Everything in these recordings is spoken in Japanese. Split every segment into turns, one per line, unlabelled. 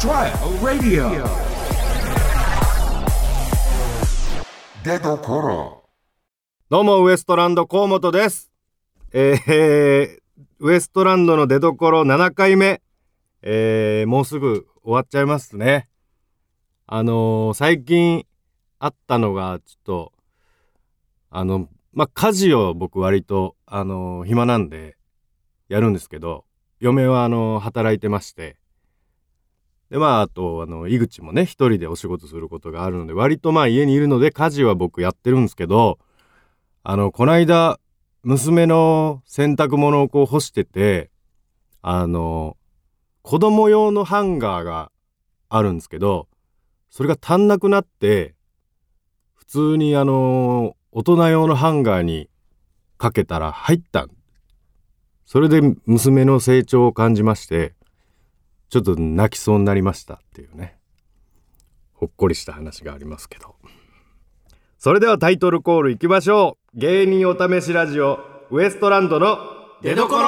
trial radio
出どころ
どうも、ウエストランド河本です。えーえーウエストランドの出所7回目、えーもうすぐ終わっちゃいますね。あのー最近あったのが、ちょっと、あの、まあ、家事を僕割と、あのー暇なんで、やるんですけど、嫁は、あのー働いてまして、で、まあ、あと、あの、井口もね、一人でお仕事することがあるので、割とまあ、家にいるので、家事は僕やってるんですけど、あの、こないだ、娘の洗濯物をこう干してて、あの、子供用のハンガーがあるんですけど、それが足んなくなって、普通にあの、大人用のハンガーにかけたら入った。それで娘の成長を感じまして、ちょっと泣きそうになりましたっていうね、ほっこりした話がありますけど。それではタイトルコールいきましょう芸人お試しラジオウエストランドの出所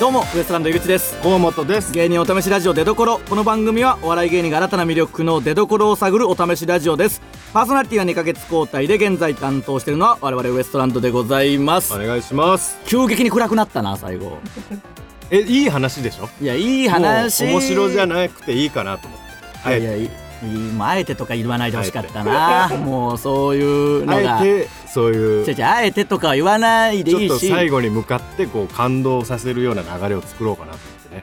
どうもウエストランド井口です
河本です
芸人お試しラジオ出どころこの番組はお笑い芸人が新たな魅力の出どころを探るお試しラジオですパーソナリティが2ヶ月交代で現在担当しているのは我々ウエストランドでございます
お願いします
急激に暗くなったな最後
えいい話でしょ
いやいい話
もう面白じゃ
な
なくていいかなと思って
い
あえ
い
て
やいいもうあえてとか言わないでほしかったなもうそういうのが
あえてそうい
違う
う
違うあえてとかは言わないで
ちょ
い
っ
い
と
し
最後に向かってこう感動させるような流れを作ろうかなと思ってね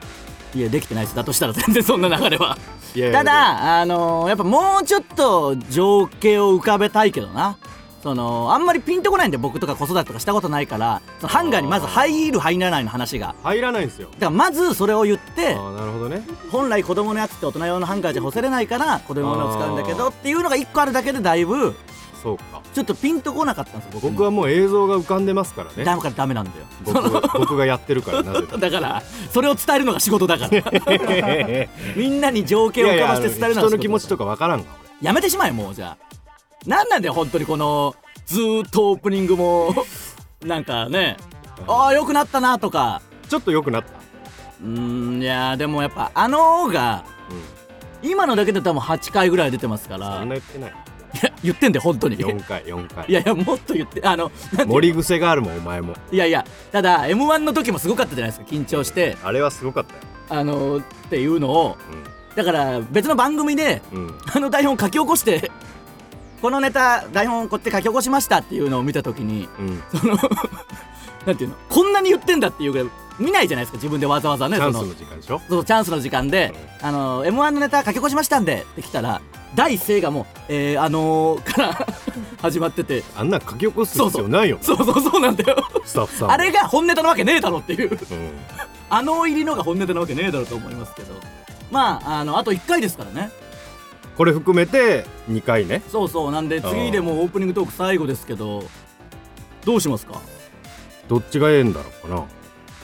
いやできてないですだとしたら全然そんな流れはい
やいや
ただあのーやっぱもうちょっと情景を浮かべたいけどなそのあんまりピンとこないんで僕とか子育てとかしたことないからそのハンガーにまず入る入らないの話が
入らないんですよ
だからまずそれを言っ
あ
て
ーなるほどね
本来子供のやつって大人用のハンガーじゃ干せれないから子供のを使うんだけどっていうのが1個あるだけでだいぶ
そうか
ちょっとピンとこなかったんですよ
僕はもう映像が浮かんでますからね
だからダメなんだよ
僕が僕がやってるからな ぜ
だからそれを伝えるのが仕事だから
か
みんなに情景を浮かばして伝えるのが仕
いやいやあの
事だから
人の気持ちとかわからんか
やめてしまえもうじゃあなんなんだよ本当にこのずーっとオープニングも なんかねああ良くなったなとか
俺ちょっと良くなった
うーんいやーでもやっぱあのーが今のだけで多分8回ぐらい出てますから
そん
い
な言ってない
や 言ってんで本当にい
4回4回
やいやもっと言ってあのなんて
盛り癖があるもんお前も
いやいやただ m 1の時もすごかったじゃないですか緊張して
あれはすごかったよ
あのー、っていうのをだから別の番組で
うん、うん、
あの台本書き起こして このネタ台本こって書き起こしましたっていうのを見た時に
うん、
そのなんていうのこんなに言ってんだっていうぐらい見ないじゃないですか自分でわざわざね
チャンス
そ
の
の
時間でしょ
そうチャンスの時間で「あの m 1のネタ書き越しましたんで」って来たら第一声がもう「えー、あのー」から 始まってて
あんなん書き起こす必
そうそ
要
う
ないよ
そうそうそうなんだよ
スタッフさんも
あれが本ネタなわけねえだろっていう
うん
あの入りのが本ネタなわけねえだろと思いますけどまああのあと1回ですからね
これ含めて2回ね
そうそうなんで次でもうオープニングトーク最後ですけどどうしますか
どっちがええんだろうかな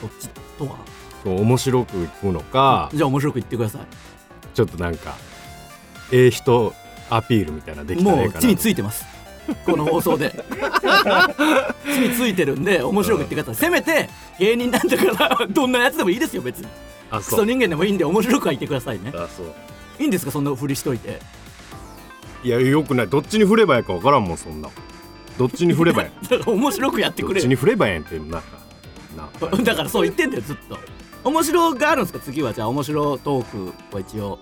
どっちとは
そう面白くいくのか、
じゃあ面白く言ってください
ちょっとなんかええ人アピールみたいなできたら
も
ええ
う
か
地
な
についてますこの放送で地についてるんで面白く言ってくださいせめて芸人なんだからどんなやつでもいいですよ別に
あ
クソ
そう
人間でもいいんで面白くは言ってくださいね
あそう
いいんですかそんなふりしといて
いやよくないどっちに振ればええかわからんもんそんなどっちに振れ ばえ
だ
え
から面白くやって
ど
く
っ
れ
ち
よ
に振ればええんってなんかな
だからそう言ってんだよずっと面白があるんですか次はじゃあ面白トークは一応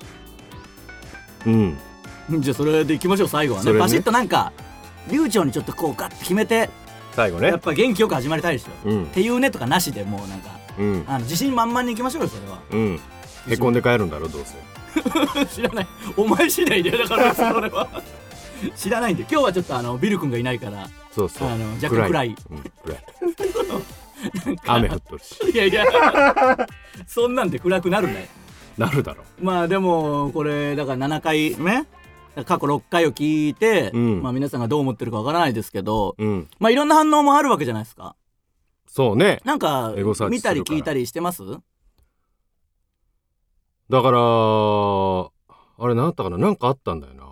うん
じゃあそれでいきましょう最後はね
それね
バシッとなんか流暢にちょっとこうガッて決めて
最後ね
やっぱ元気よく始まりたいでしょ、
うん
っていうねとかなしでもうなんか
うん
あの自信満々にいきましょうよそれは
うんへこんで帰るんだろどうせ
知らないお前次第でだからそれは知らないんで今日はちょっとあのビル君がいないから
そうそう
あの若干暗い
うん、暗い雨降っと るし
いやいやそんなんで暗くなるね
なるだろ
まあでもこれだから7回目過去6回を聞いて、
うん
まあ皆さんがどう思ってるかわからないですけど、
ううん
まあいろんな反応もあるわけじゃないですか
そうね
なんか
エゴサーチ
見
するか
た
ら
り聞いたりしてます
だからあれ何だったかななんかあったんだよな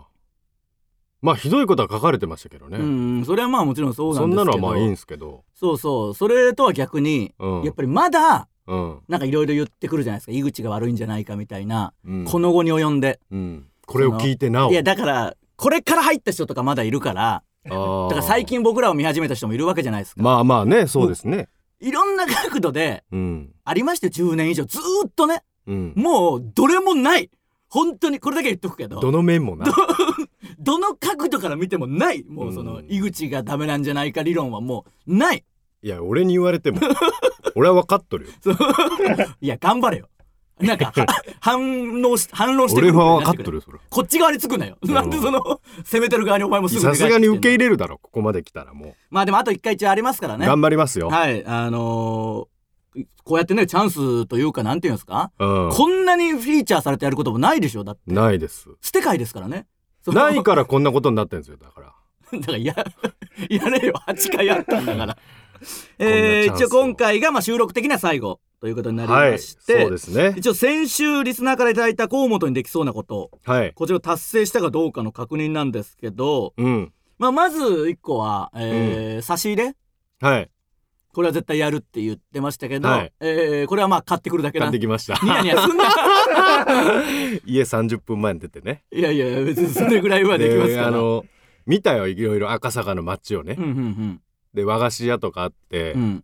まあひどいことは書かれてましたけどね、
うんそれはまあもちろんそうな
そ
ん
ん
です
な
けど
のはまあいいんですけど、
そうそうそれとは逆に、
うん
やっぱりまだ
うん
なんかいろいろ言ってくるじゃないですか井口が悪いんじゃないかみたいな、
うん
この後に及んで
うん、これを聞いてなお
いやだからこれから入った人とかまだいるからだ
だ
から最近僕らを見始めた人もいるわけじゃないですか、
まあまあねそうですね
いろんな角度で
うん
ありまして10年以上ずーっとね
うん
もうどれもない本当にこれだけは言っとくけど
どの面もな
どの角度から見てもないもうその
うん
井口がダメなんじゃないか理論はもうない
いや俺に言われ ても俺は分かっとるよ
いや頑張れよなん か反応し反論してく
俺
る
は分かっとるよそれ
こっち側につくなよ、
ん
なんでその攻めてる側にお前もすぐ
さすがに受け入
れ
れるだろここまで来たらも
まあでもあと一回一応ありますから
う、
ね
頑張りますよ、
はいあのーこうやってねチャンスというかなんていうんですか、
うん
こんなにフィーチャーされてやることもないでしょだって
ないです
捨て会ですからねその
ないからこんなことになってんですよだから
だからや、 やれよ、8回やったんだ から。
んなチャン
え
ス
ー、
を
一応今回がまあ収録的な最後ということになり
は
ま
い
し
そう
て、
ですね
一応先週リスナーからいただいた河本にできそうなこと、
はい
こちらを達成したかどうかの確認なんですけど、
うん
まあまず1個は、えー差し入れ
はい
これは絶対やるって言ってましたけど、
はい
えーこれはまあ買ってくるだけ
買
な
っ
ん
て
で。
きました
ニヤニヤ すんな
家30分前に出てね
いやいや、別にそれぐらいはできますから。
あの見たよいろいろ赤坂の街をね、
うんうん
で和菓子屋とかあって、
うん。うん。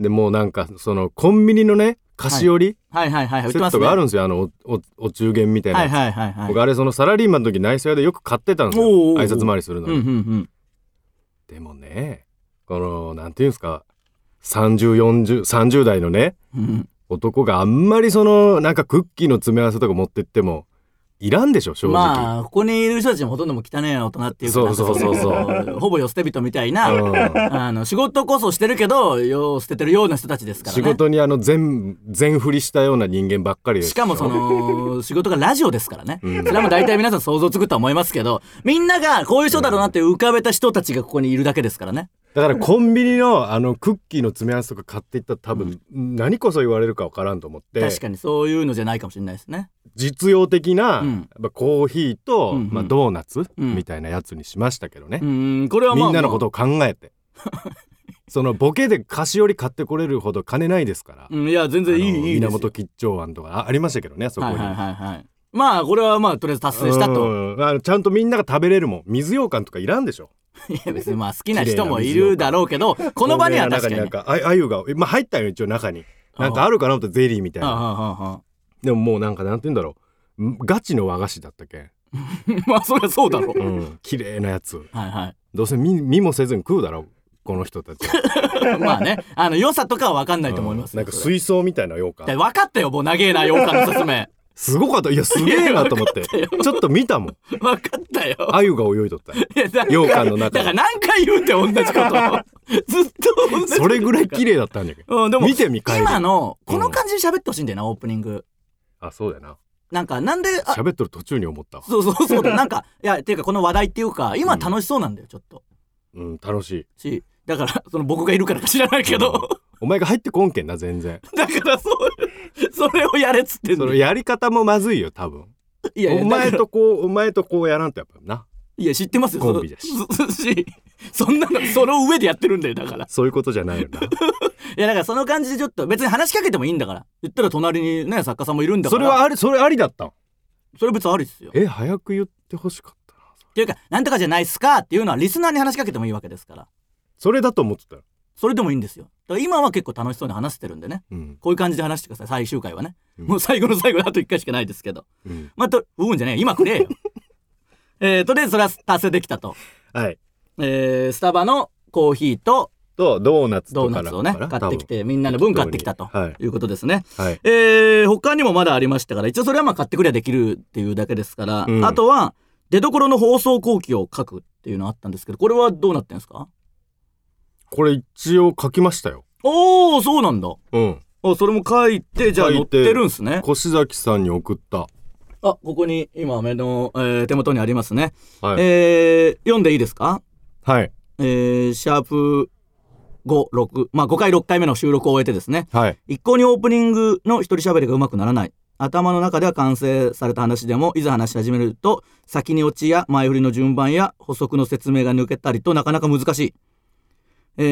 でもうなんかそのコンビニのね菓子折
はいはいはいはい。売っ
り
て
セ
ま
ッ
す
ト
ね。
があるんですよ、あのおおお中元みたいな
はい
やつ、
はいはいはい。
僕あれそのサラリーマンの時内装屋でよく買ってたんですよ
おうおうおう
挨拶回りするの
うん
に、
うんうん。
でもねこのなんていうんですか304030代のね
うん
男があんまりそのなんかクッキーの詰め合わせとか持ってってもいらんでしょ正直、
まあここにいる人たちもほとんどもう汚ねえ大人っていうか
そうそうそうそう
なんかほぼ世捨て人みたいな、
うん
あの仕事こそしてるけど世を捨ててるような人たちですからね
仕事にあの全全振りしたような人間ばっかりです
しかもその仕事がラジオですからね、
ん
それはもう大体皆さん想像つくとは思いますけどみんながこういう人だろうなって浮かべた人たちがここにいるだけですからね
だからコンビニのあのクッキーの詰め合わせとか買っていったら多分何こそ言われるか分からんと思って
確かにそういうのじゃないかもしれないですね
実用的な、
うん
やっぱコーヒー
う
と、
んうん
まあ、ドーナツ
うん
みたいなやつにしましたけどね、
うんこれはまあ
みんなのことを考え てそのボケで菓子折り買ってこれるほど金ないですから、
うんいや全然いい
あの
いいですよ
源吉兆庵とかあありましたけどねそこ
はい
に。
はいはいはいまあこれはまあとりあえず達成したと
うんあのちゃんとみんなが食べれるもん水羊羹とかいらんでしょ
いや別にまあ好きな人もいるだろうけどこの場には確かに
透明な中なんかああゆが、まあ、入ったよ一応中になんかあるかなと思ったらゼリーみたい
ああ
な
ああああ
でももうなんかなんて言うんだろうんガチの和菓子だったけん、
まあそりゃそうだろう。
うん、綺麗なやつ
はいは
どうせ見見もせずに食うだろうこの人たち
い。まあね、あの良さとかは分かん ないと思います
うん
よ。
なんか
それ
水槽みたいな羊
だ
羹
分かったよ、もう長えな、洋館の説明。
すごかったいやすげえなと思ってちょっと見たもん
分かったよ。
あゆが泳いどった
いやだ
羊羹の中
だから
で
何回言うんだよ、同じこと。ずっと同じこと。
それぐらい綺麗だったんだけど
うん、でも、
見てみかえ
今の、この感じで喋ってほしいんだよな、オープニング。
あそうだよな
なんか、なんで、あ、
喋っとる途中に思ったわ
そうそう そうだ、なんか、いや、っていうかこの話題っていうか、今楽しそうなんだよ、ちょっと。
うん楽しい
し、だから、 その僕がいるからか知らないけど、
お前が入ってこんけんな全然
だから、そう、それをやれっつってん
そ
の。
の
い
やり方もまずいよ多分
やいや
お
だから
前とこうお前とこうやらんとやっぱない
や、知ってますよ。
コンビだし
そ。そしそんなの、その上でやってるんだよ、だから。
そういうことじゃないよな
いや、だからその感じでちょっと、別に話しかけてもいいんだから。言ったら隣にね、作家さんもいるんだか
そ
ら。
れは、ありそれありだったん
それ別にありですよ。っ
え早く言ってほしかったな
ていうか、なんとかじゃないっすかっていうのは、リスナーに話しかけてもいいわけですから。
それだと思ってたよ
それでもいいんですよ。だから今は結構楽しそうに話してるんでね。
うん
こういう感じで話してください、最終回はね。
うん
もう最後の最後であと1回しかないですけど。
うん
まあ、と、うんじゃねえよ今くれよ。えー、とりあえずそれは達成できたと。
はい
えー、スタバのコーヒーと
とドーナツ
ド
と
ー
か
ナ
だ
ツ
か
をね、
ら
買ってき
多
て、みんなの分買ってきたと
はい
いうことですね。
分はい
えー、他にもまだありましたから、一応それはまあ買ってくりゃできるっていうだけですから、
うん
あとは、出所の放送後期を書くっていうのあったんですけど、これはどうなってんですか
これ一応書きましたよ
おー、そうなんだ。
うん
あそれも書いて、じゃあ
書
載
い
っててるんすね。
越崎さんに送っ
あ、
た
ここに今目の、えー手元にありますね。
はい、
えー、読んでいいですか
はい
えー、シャープ5、6、まあ5回6回目の収録を終えてですね、
はい
一向にオープニングの一人喋りがうまくならない。頭の中では完成された話でもいざ話し始めると先にオチや前振りの順番や補足の説明が抜けたりとなかなか難しい、え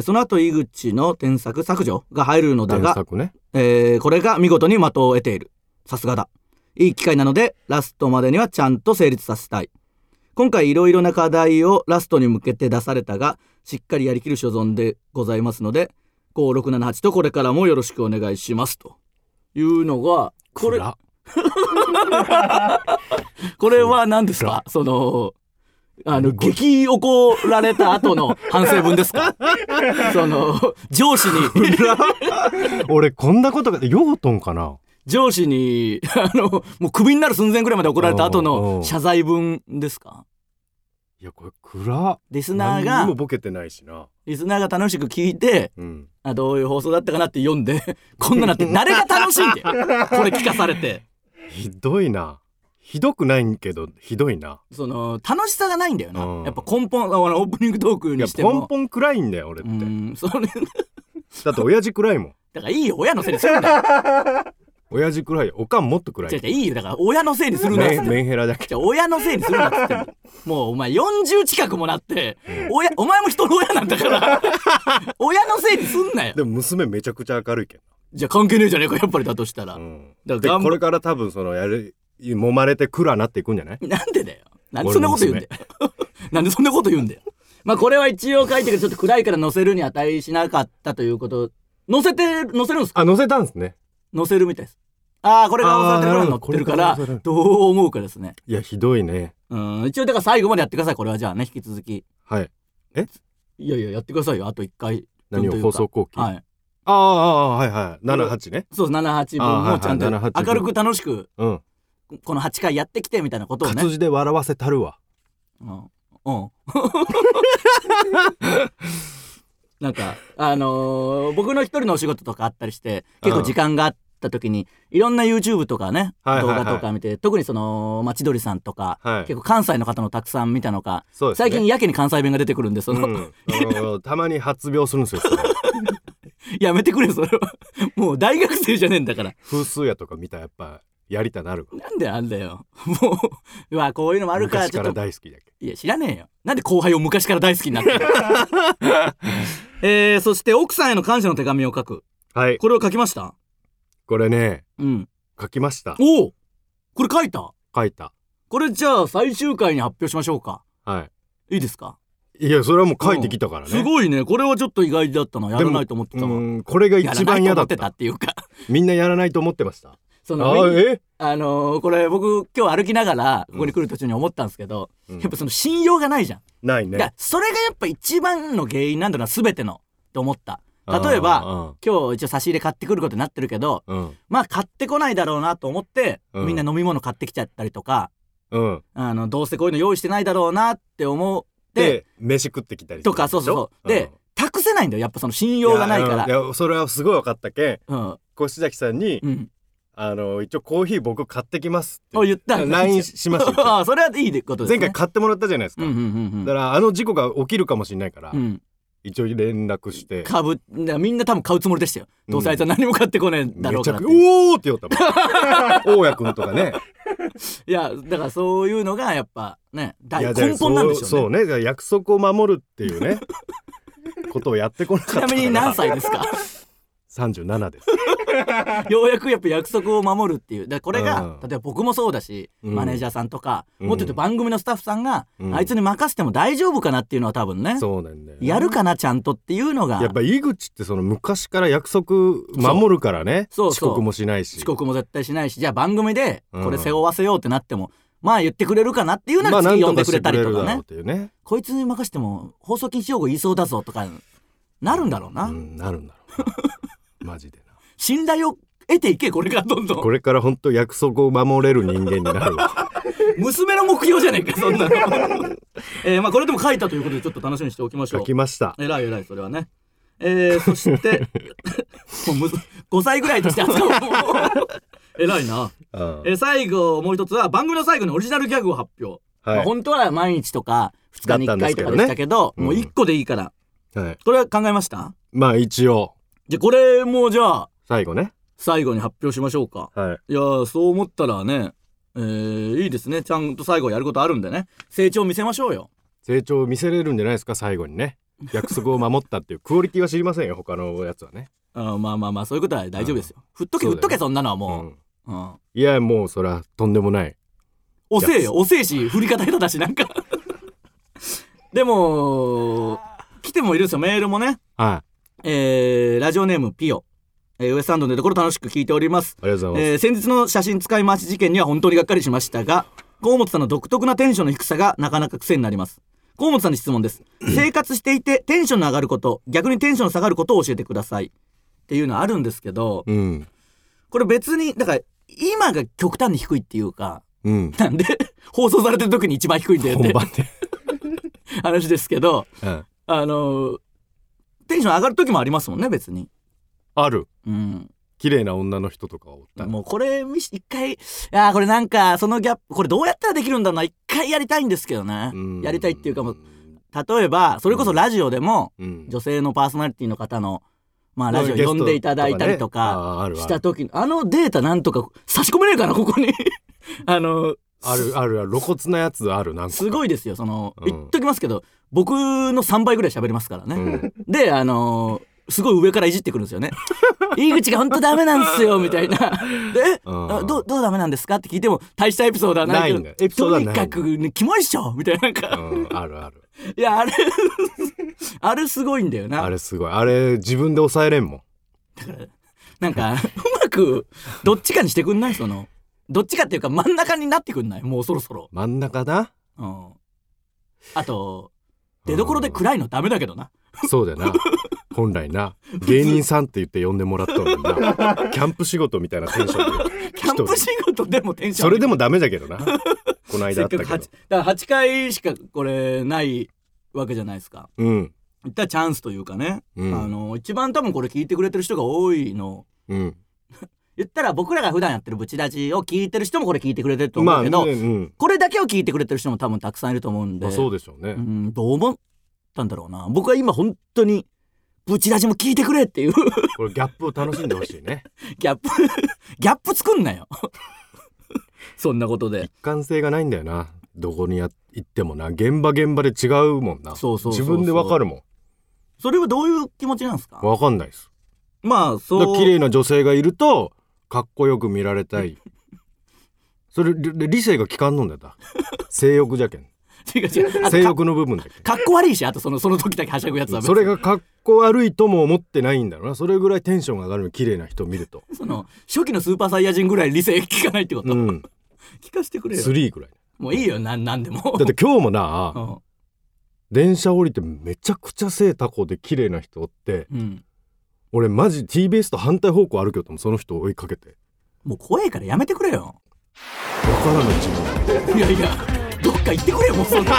ーその後井口の添削削除が入るのだ
添
が
削ね。
えーこれが見事に的を得ている。さすがだ。いい機会なので、ラストまでにはちゃんと成立させたい。今回いろいろな課題をラストに向けて出されたが、しっかりやりきる所存でございますので、5678とこれからもよろしくお願いします。というのが、これ、
暗
これは何ですかその、あの、
ご
激怒られた後の反省文です かその、上司に。
俺こんなことがヨートンかな。
上司に あのもうクビになる寸前ぐらいまで怒られた後
おうお
の
う
謝罪文ですか
いやこれ暗。
リスナー
何にも
が
ボケてないしな。
リスナーが楽しく聞いて
うん。
あどういう放送だったかなって読んで こんななって誰が楽しいんだよこれ聞かされて
ひどいな。ひどくないけどひどいな。
その楽しさがないんだよな、
うん
やっぱ根本あのオープニングトーク
いや
にして
ポン
も
ポン暗いんだよ俺って。
うんそれ
だって親父暗いもん。
だからいいよ親のせいにするんだよ
親父暗い。おかんもっと暗
違う
い。
違ういいよだから親のせいにするなっつ
メ
っ
ン
て
メンヘラだけ。
じゃあ親のせいにするなっつってんのもうお前40近くもなって親お前も人の親なんだから 親のせいにすんなよ
でも娘めちゃくちゃ明るいけど。
じゃあ関係ねえじゃねえかやっぱりだとしたら、
うん。
だ
で
から頑張
これから多分そのやる揉まれて暗なっていくんじゃない？
なんでだよなんでそんなこと言うんだよなんでそんなこと言うんだよまあこれは一応書いてるけどちょっと暗いから載せるに値しなかったということ載せて載せるんですか
あ載せたんですね。
載せるみたいですああこれが載せてる
あーなる
の
ほど
載ってるから
これが載せられる
どう思うかですね
いやひどいね。
うん一応だから最後までやってくださいこれはじゃあね引き続き
はい。
いやいややってくださいよあと1回
何
と
を
いうか
放送後期。
はい
ああああはいはい七八ね。
そうです78分もちゃんと
あーはいはい78分
明るく楽しく
うん。
この8回やってきてみたいなことをね
活字で笑わせたるわ。
うん。うん。 なんか、あのー僕の一人のお仕事とかあったりして、結構時間があった時に、いろんな YouTube とかね、
はいはいはい
動画とか見て、特にその、まあ千鳥さんとか、
はい
結構関西の方のたくさん見たのか、
そうです
最
ね
近やけに関西弁が出てくるんで、その、
うんあのたまに発病するんですよ。それ
やめてくれよ、それは。もう大学生じゃねえんだから。
風数やとか見たらやっぱやりたなるわ。
なんであんだよ。もう、うわ、こういうのもあるから、
昔
ちょ
か
っ
ら
と
大好きだけ
いや知らねえよなんで後輩を昔から大好きになってる えー、そして奥さんへの感謝の手紙を書く
ど。はい。
これを書きました
これね
うん
書きました。
おおこれ書いた
書いた。
これじゃあ最終回に発表しましょうか
はい
いですか、
い。いやそれはもう書いてきたからね。
すごいねこれはちょっと意外だったなやらないと思ってた
う
わ
んこれが一番嫌だ
やらないと思
っ
ってた
た。
っていうか
みんなやらないと思ってました。
そ
あ
の
え？
あのーこれ僕今日歩きながらここに来る途中に思ったんですけど、
うん
やっぱその信用がないじゃん
ない
だから
ね。
それがやっぱ一番の原因なんだな全てのって思った例えば
ば。
今日一応差し入れ買ってくることになってるけど
うん
まあ買ってこないだろうなと思って、
うん
みんな飲み物買ってきちゃったりとか
うん。
あのどうせこういうの用意してないだろうなって思って
で飯食ってきたりする
とかそうそうそう
でし
で
ょん
託せないんだよやっぱその信用がないから
いやうんいやそれはすごい分かったけん
うん
越崎さんに
うん
あの一応コーヒー僕買ってきます
を
って
言ったら
LINE しましたよ
ああそれはいいことです、
前
ね、
回買ってもらったじゃないですか
うんうんうんう
だ
ん
からあの事故が起きるかもしれないから
うん、
一応連絡して
かぶだからみんな多分買うつもりでしたよ、
うん
どうせあいつは何も買ってこねえんだろ
め
う
ち
から
ゃ
っ
く
て
おーって言 ったもん大家君と かね
いやだからそういうのがやっぱね大
いや
根本なんでし
そう
ょ
そうう
ね
ねだから約束を守るってい うねことをやってこなかっ
ち
た
な
から
みに何歳ですか
37です
ようやくやっぱ約束を守るっていうだからこれが、
うん
例えば僕もそうだし、
うん
マネージャーさんとか、
うん
もっと言うと番組のスタッフさんが、
うん
あいつに任せても大丈夫かなっていうのは多分ね
そうなんだよね
やるかなちゃんとっていうのが
やっぱ井口ってその昔から約束守るからね
そうそうそう
遅刻もしないし
遅刻も絶対しないしじゃあ番組で
うん
これ背負わせようってなっても、まあ言ってくれるかなっていうなら
まあな
次
ん
呼
と
んで
か
く
して
れた
く
り
れ
と
る
か
だ
ね
ろうっていうね
こいつに任せても放送禁止用語言いそうだぞとかなるんだろうな、
うんなるんだろうな マジでな
信頼を得ていけこれからどんどん
これから本当約束を守れる人間になる わ
娘の目標じゃねえかそんなの、 えーまあこれでも書いたということでちょっと楽しみにしておきましょ
書
う
きました
えらいえらいそれはねえー、そして もうむず5歳ぐらいとして扱うえらいな、
うん
えー最後もう一つは番組の最後にオリジナルギャグを発表、ま
は
あ
い
本当は毎日とか2日に1回とかでしたけど
だったんですけどね
もう1個でいいから、
はい
これは考えました
まあ一応
じゃあこれもうじゃあ
最後ね
最後に発表しましょうか。
はい。
いやー、そう思ったらね、えー、いいですね。ちゃんと最後やることあるんでね。成長見せましょうよ。
成長を見せれるんじゃないですか、最後に ね。約束を守ったっていうクオリティは知りませんよ、他のやつはね。
うん、まあまあまあ、そういうことは大丈夫ですよ。振っとけ、
そ
振
う
っ
だよ
とけ、そんなのは
う
も
ん。
う。うん。
いや、もうそら、とんでもない。
遅えよ、遅えし、振り方下手だし、なんか。 でも、来てもいるんですよ、メールもね。
はい。
えー、ラジオネームピオ。えー、ウエスタンドのところ楽しく聞いております。
ありがとうございます。
えー先日の写真使い回し事件には本当にがっかりしましたが河本さんの独特なテンションの低さがなかなか癖になります河本さんに質問 です生活していてテンションの上がること逆にテンションの下がることを教えてくださいっていうのはあるんですけど
うん。
これ別にだから今が極端に低いっていうか
うん。
なんで 放送されてる時に一番低いんだよっ
本
て
番 で。
話ですけど
うん。
あのテンション上がる時もありますもんね別に
ある。
うん
綺麗な女の人とかをおったら。
もうこれ見し一回あーこれなんかそのギャップこれどうやったらできるんだろうな一回やりたいんですけどね
うん
やりたいっていうかもう。例えばそれこそラジオでも
うん。
女性のパーソナリティの方のまあラジオ呼んでいただいたりとか
ゲ
し
スト
た時のあのデータなんとか差し込めないかなここに あの
とかねああるあるあるある露骨なやつあるなんか
すごいですよその
うん
言っときますけど僕の3倍ぐらい喋りますから
う
ね
ん
であのすごい上からいじってくるんですよ ね言い口がほんとダメなんですよみたいなでえ
うん
あどうどうダメなんですかって聞いても大したエピソードはない
ないんだ
け
エピソ
ど
ードは
と
ない
に
んだ
かく、ね、キモいっしょみたいななん
う
か、
んあるある
いやあれ あれすごいんだよ
あ
な
れすごいあれ自分で抑えれんもん
なんかうまくどっちかにしてくんないそのどっちかっていうか真ん中になってくんないもうそろそろ、
真ん中だ
うん、あと出所で暗いのダメだけど な
そうだよな本来な芸人さんって言って呼んでもらったのになキャンプ仕事みたいなテンション で
キャンプ仕事でもテンション
それでもダメだけどなこの間
せ
あ
っ
った
かく
け
8,
ど
だから8回しかこれないわけじゃないですか
うん
いったらチャンスというかね、
うん
あの一番多分これ聞いてくれてる人が多いの
うん
言ったら僕らが普段やってるブチラジを聞いてる人もこれ聞いてくれてると
ま
思
あ
う
ね
けど、
うん
これだけを聞いてくれてる人も多分たくさんいると思うんで、
まあそうでしょうね
うんどう思ったんだろうな僕は今本当にブチラジも聞いてくれっていう
これギャップを楽しんでほしいね
ギャップギャップ作んな よそんなことで
感性がないんだよなどこにや行ってもな現場現場で違うもんな
そうそうそうそう
自分でわかるもん
それはどういう気持ちなんですか
わかんないです
まあ
だか
そ
ら
う
綺麗な女性がいるとかっこよく見られたいそれり理性が効かんのんだよだ 性欲じゃけん
違う違うあと
性欲の部分だけ
かっこ悪いしあとそのその時だけはしゃぐやつは
ん
別に
それがかっこ悪いとも思ってないんだろうなそれぐらいテンションが上がるの綺麗な人を見ると
その初期のスーパーサイヤ人ぐらい理性聞かないってこと、
うん
聞かせてくれよ
3ぐらい
もういいよなんなんでも
だって今日も
う
なん電車降りてめちゃくちゃ背高で綺麗な人おって
うん
俺マジ TBS と反対方向歩けよともその人を追いかけて
もう怖いからやめてくれよ
分からない自分
いやいやどっか行ってくれよもうそん な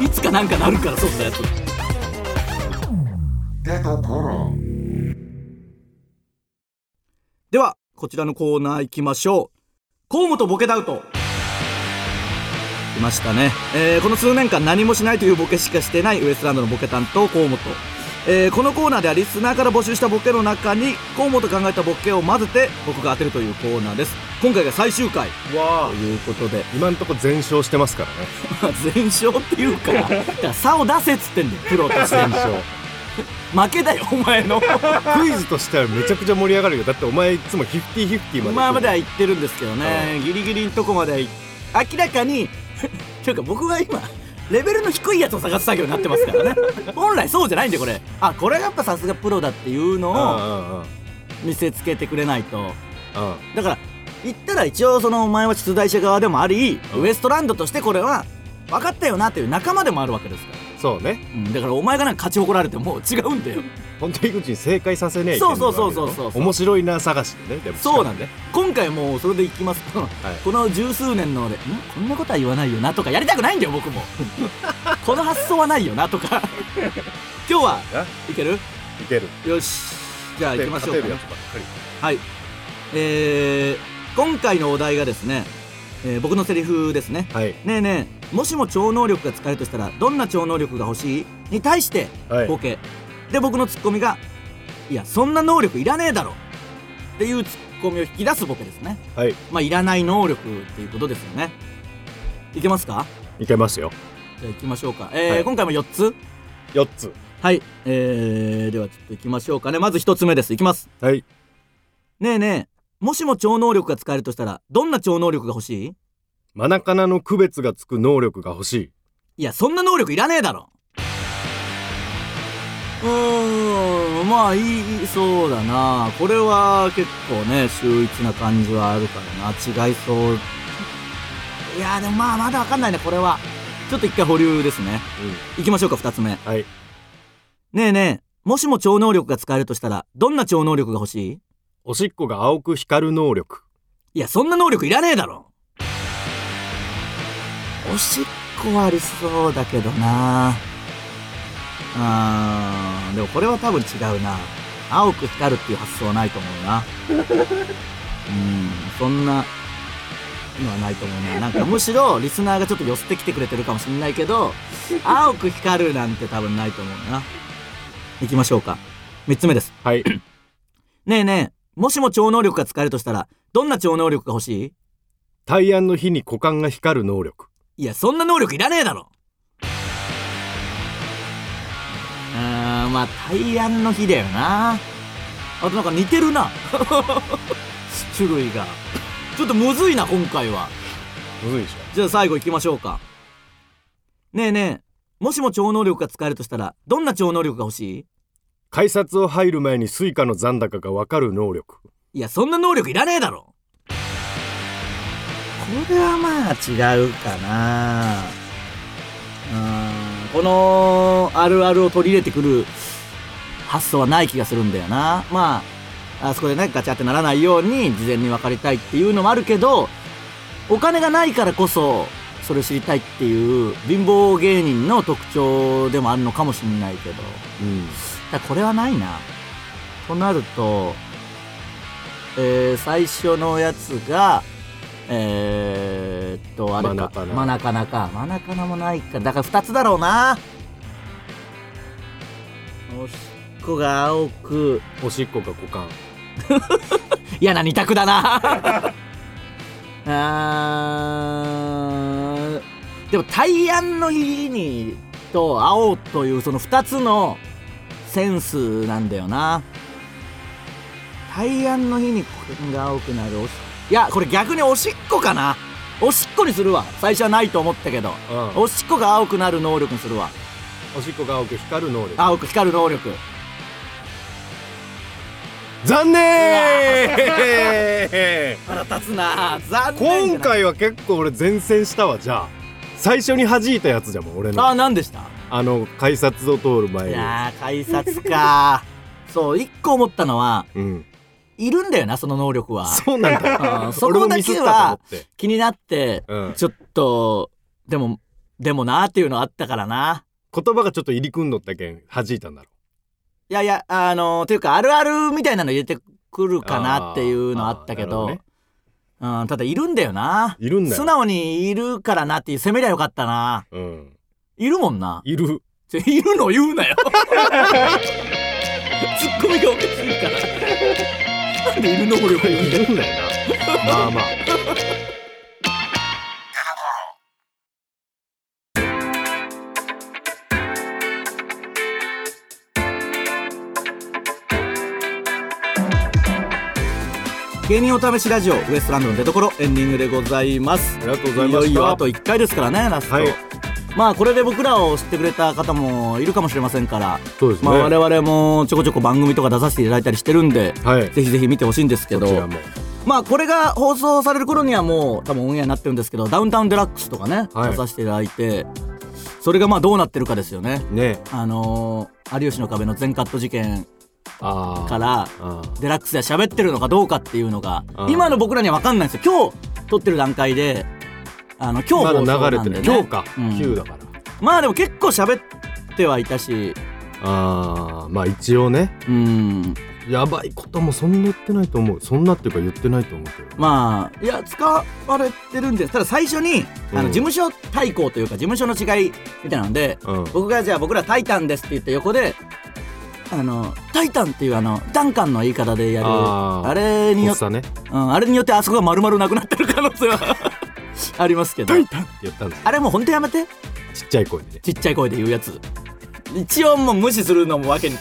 いつかなんかなるからそんなやつ
出どころ
ではこちらのコーナー行きましょう河本ボケダウト来ましたね、えーこの数年間何もしないというボケしかしてないウエストランドのボケ担当河本、えーこのコーナーではリスナーから募集したボケの中に河本が考えたボケを混ぜて僕が当てるというコーナーです今回が最終回
わ
ということで
今んとこ全勝してますからね
全勝っていう かだから差を出せっつってんだよプロとして
全
の
勝
負けだよお前の
クイズとしてはめちゃくちゃ盛り上がるよだってお前いつもフィフティフィフティまで
まあまだ行ってるんですけどねギリギリのとこまで行っ明らかに というか僕は今レベルの低いやつを探す作業になってます からね本来そうじゃないんでこれあこれがやっぱさすがプロだっていう
うんう
のを
んうんうん
見せつけてくれないとだから言ったら一応そのお前は出題者側でもあり、
うん
ウエストランドとしてこれは分かったよなっていう仲間でもあるわけですから、
そうね
うんだからお前がなんか勝ち誇られても違うんだよ
本当に井口に正解させねえ
そうそうそう
いけないわけだ
そ
よ
うそう
面白いな探しでねでも
そうなんで
しか
今回もうそれでいきますこの,、
い
この十数年のでんこんなことは言わないよなとかやりたくないんだよ僕も この発想はないよなとか 今日は
もね
いける
えいける
よしじゃあ行きましょうか
勝てる
ね
やつばっかり
はいえー、今回のお題がですね、えー僕のセリフですね
はい
ねえねえもしも超能力が使えるとしたらどんな超能力が欲しいに対して
はい
ボケ、で僕のツッコミが「いやそんな能力いらねえだろ」っていうツッコミを引き出すボケですね
はい
まあいらない能力っていうことですよねいけますか
いけますよ
じゃあ行きましょうか、えー
はい
今回も4つ
4つ
はいえー、ではちょっと行きましょうかねまず1つ目ですいきます
はい
ねえねえもしも超能力が使えるとしたらどんな超能力が欲しい
マナカナの区別がつく能力が欲しい
いやそんな能力いらねえだろうーんまあいいいいそうだなこれは結構ね秀逸な感じはあるからな違いそういやでもまあまだわかんないねこれはちょっと一回保留ですね行きましょうか二つ目
うんはい
ねえねえもしも超能力が使えるとしたらどんな超能力が欲しい
おしっこが青く光る能力
いやそんな能力いらねえだろおしっこはありそうだけどなあーでもこれは多分違うな青く光るっていう発想はないと思 うなうんそんなのはないと思うななんかむしろリスナーがちょっと寄せてきてくれてるかもしんないけど青く光るなんて多分ないと思うな行きましょうか3つ目です
はい
ねえねえもしも超能力が使えるとしたらどんな超能力が欲しい
大安の日に股間が光る能力
いや、そんな能力いらねえだろうーん、まあ、大安の日だよな。あとなんか似てるな。 種類が。ちょっとむずいな、今回は。
むずいでし
じゃあ最後行きましょうか。ねえねえ、もしも超能力が使えるとしたら、どんな超能力が欲し
ょ改札を入る前にスイカの残高がわかる能力
いいや、そんな能力いらねえだろこれはまあ違うかなうんこのあるあるを取り入れてくる発想はない気がするんだよなまああそこでねガチャってならないように事前に分かりたいっていうのもあるけどお金がないからこそそれを知りたいっていう貧乏芸人の特徴でもあるのかもしんないけど
うん
だからこれはないなとなると、えー最初のやつがえー、っとあれか
マナカナ
マナカナかマナカナもないかだから2つだろうなおしっこが青く
おしっこが股間
嫌な二択だ なあーでも大安の日にと青というその2つのセンスなんだよな大安の日にこれが青くなるおしいやこれ逆におしっこかなおしっこにするわ最初はないと思ったけど
うん
おしっこが青くなる能力にするわ
おしっこが青く光る能力
青く光る能力
残念
腹立つな残念
今
だな
回は結構俺前線したわじゃあ最初に弾いたやつじゃんもう俺の
あ何でした
あの改札を通る前
い
に
やー、改札か そう、一個思ったのは、
うん
いるんだよな、その能力は。
そうなん
う
だ
んそ
俺
こ
も
だ
ミスっ
け
た
は
と思って
気になって、
うん
ちょっと、でも、でもなーっていうのあったからな。
言葉がちょっと入り組んどったけん弾いたんだろ
いやいや、あのー、というか、あるあるみたいなの入れてくるかなっていうのあったけど、
あーなる
うん、ただいるんだよな。
いるんだよ
素直にいるからなっていう攻めりゃよかったな。
うん
いるもんな。
いる
ちょいるの言う なよツッコミがおかしいからなんでいる能力が言うんだよ
いるんだよなまあまあ
芸人お試しラジオウエストランドの出所エンディングでございます
ありがとうございま
よ
した
いよあと1回ですからねラスト、
はい
まあこれで僕らを知ってくれた方もいるかもしれませんから、
そうですね
まあ我々もちょこちょこ番組とか出させていただいたりしてるんで
はい
ぜひぜひ見てほしいんですけ
こちら
ど
も
まあこれが放送される頃にはもう多分オンエアになってるんですけどダウンタウンデラックスとかね、
はい
出させていただいてそれがまあどうなってるかですよね
ね
あのー有吉の壁の全カット事件
あー
から
あー
デラックスで喋ってるのかどうかっていうのが
あー
今の僕らには分かんないんですよ今日撮ってる段階であの今
ま
日放送
だ流れ
な
て
ん
る
で、ね、
今日か
うん
9だから
まあでも結構喋ってはいたし
ああまあ一応ね
うん
やばいこともそんな言ってないと思うそんなっていうか言ってないと思うけど
まあいや使われてるんですただ最初にあの
うん
事務所対抗というか事務所の違いみたいなので
うん
僕がじゃあ僕ら「タイタンです」って言って横であの「タイタン」っていうあのダンカンの言い方でやる
あ
あ
ー
れに
お
よ
っ
っ
さんね
うん、あれによってあそこが丸々なくなってる可能性は ありますけど
タンって言ったんです
あれもうほんとやめて
ちっちゃい声でね
ちっちゃい声で言うやつ一応もう無視するのもわけに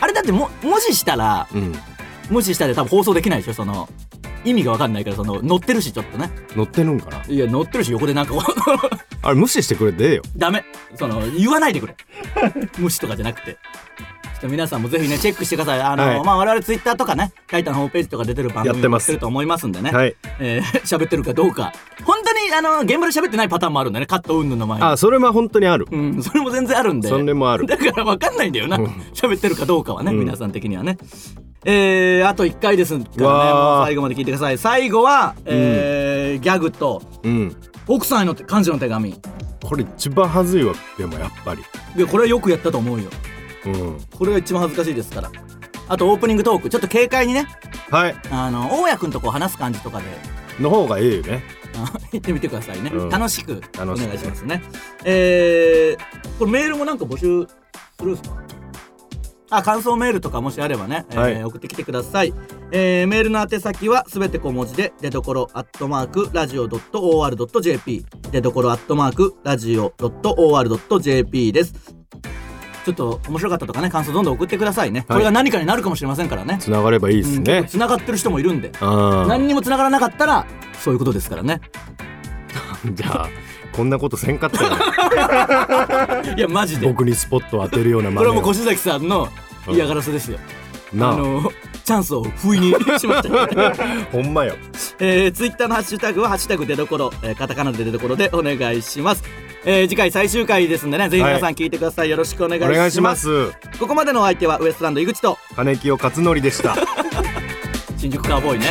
あれだっても無視したら
うん
無視したら多分放送できないでしょその意味がわかんないからその乗ってるしちょっとね
乗ってるんかない
や乗ってるし横でなんかこう
あれ無視してくれてええよ
ダメその言わないでくれ無視とかじゃなくてちょっと皆さんもぜひねチェックしてくださいあの、
はい
まあ我々ツイッターとかね「タイタン」ホームページとか出てる番組
やってます
もやると思いますんでね
はい
えー 喋ってるかどうか本当にあの現場で喋ってないパターンもあるんだよねカット云々の前に
あそれは本当にある
うん、それも全然あるんで
それもある
だから分かんないんだよな
うん
喋ってるかどうかはね、
うん
皆さん的にはねえー、あと1回ですからね
わー
もう最後まで聞いてください最後は、えーギャグと
うん
奥さんへの感謝の手紙
これ一番恥ずいわでもやっぱり
でこれはよくやったと思うよ
うん
これが一番恥ずかしいですからあとオープニングトークちょっと軽快にね
はい
あの大家君とこう話す感じとかで
の方がいいよね
あ 行ってみてくださいね、
うん
楽しくお
楽しくね
願いしますねえー、これメールもなんか募集するんですかあ感想メールとかもしあればね、えー
はい
送ってきてください、えー、メールの宛先はすべて小文字で出どころアットマークラジオ .or.jp 出どころアットマークラジオ .or.jp ですちょっと面白かったとかね感想どんどん送ってくださいね、これが何かになるかもしれませんからね
つながればいいですね
つながってる人もいるんで
う
何にも繋がらなかったらそういうことですからね
んじゃあこんなことせんかった ら
いやマジでこ
僕にスポットを当てるような真似
れはもう
を
越崎さんの嫌がらせですよ、あ
な
のチャンスを不意にしま した、
あほんまよ
えー、ツイッターのハッシュタグは「ハッシュタグ出どころ」えーカタカナで出どころでお願いします、えー、次回最終回ですんでねぜひ皆さん聞いてください、よろしくお願い
お
します
願いします
ここまでのお相手はウエストランド井口と
金木を勝則でした
新宿カーボーイね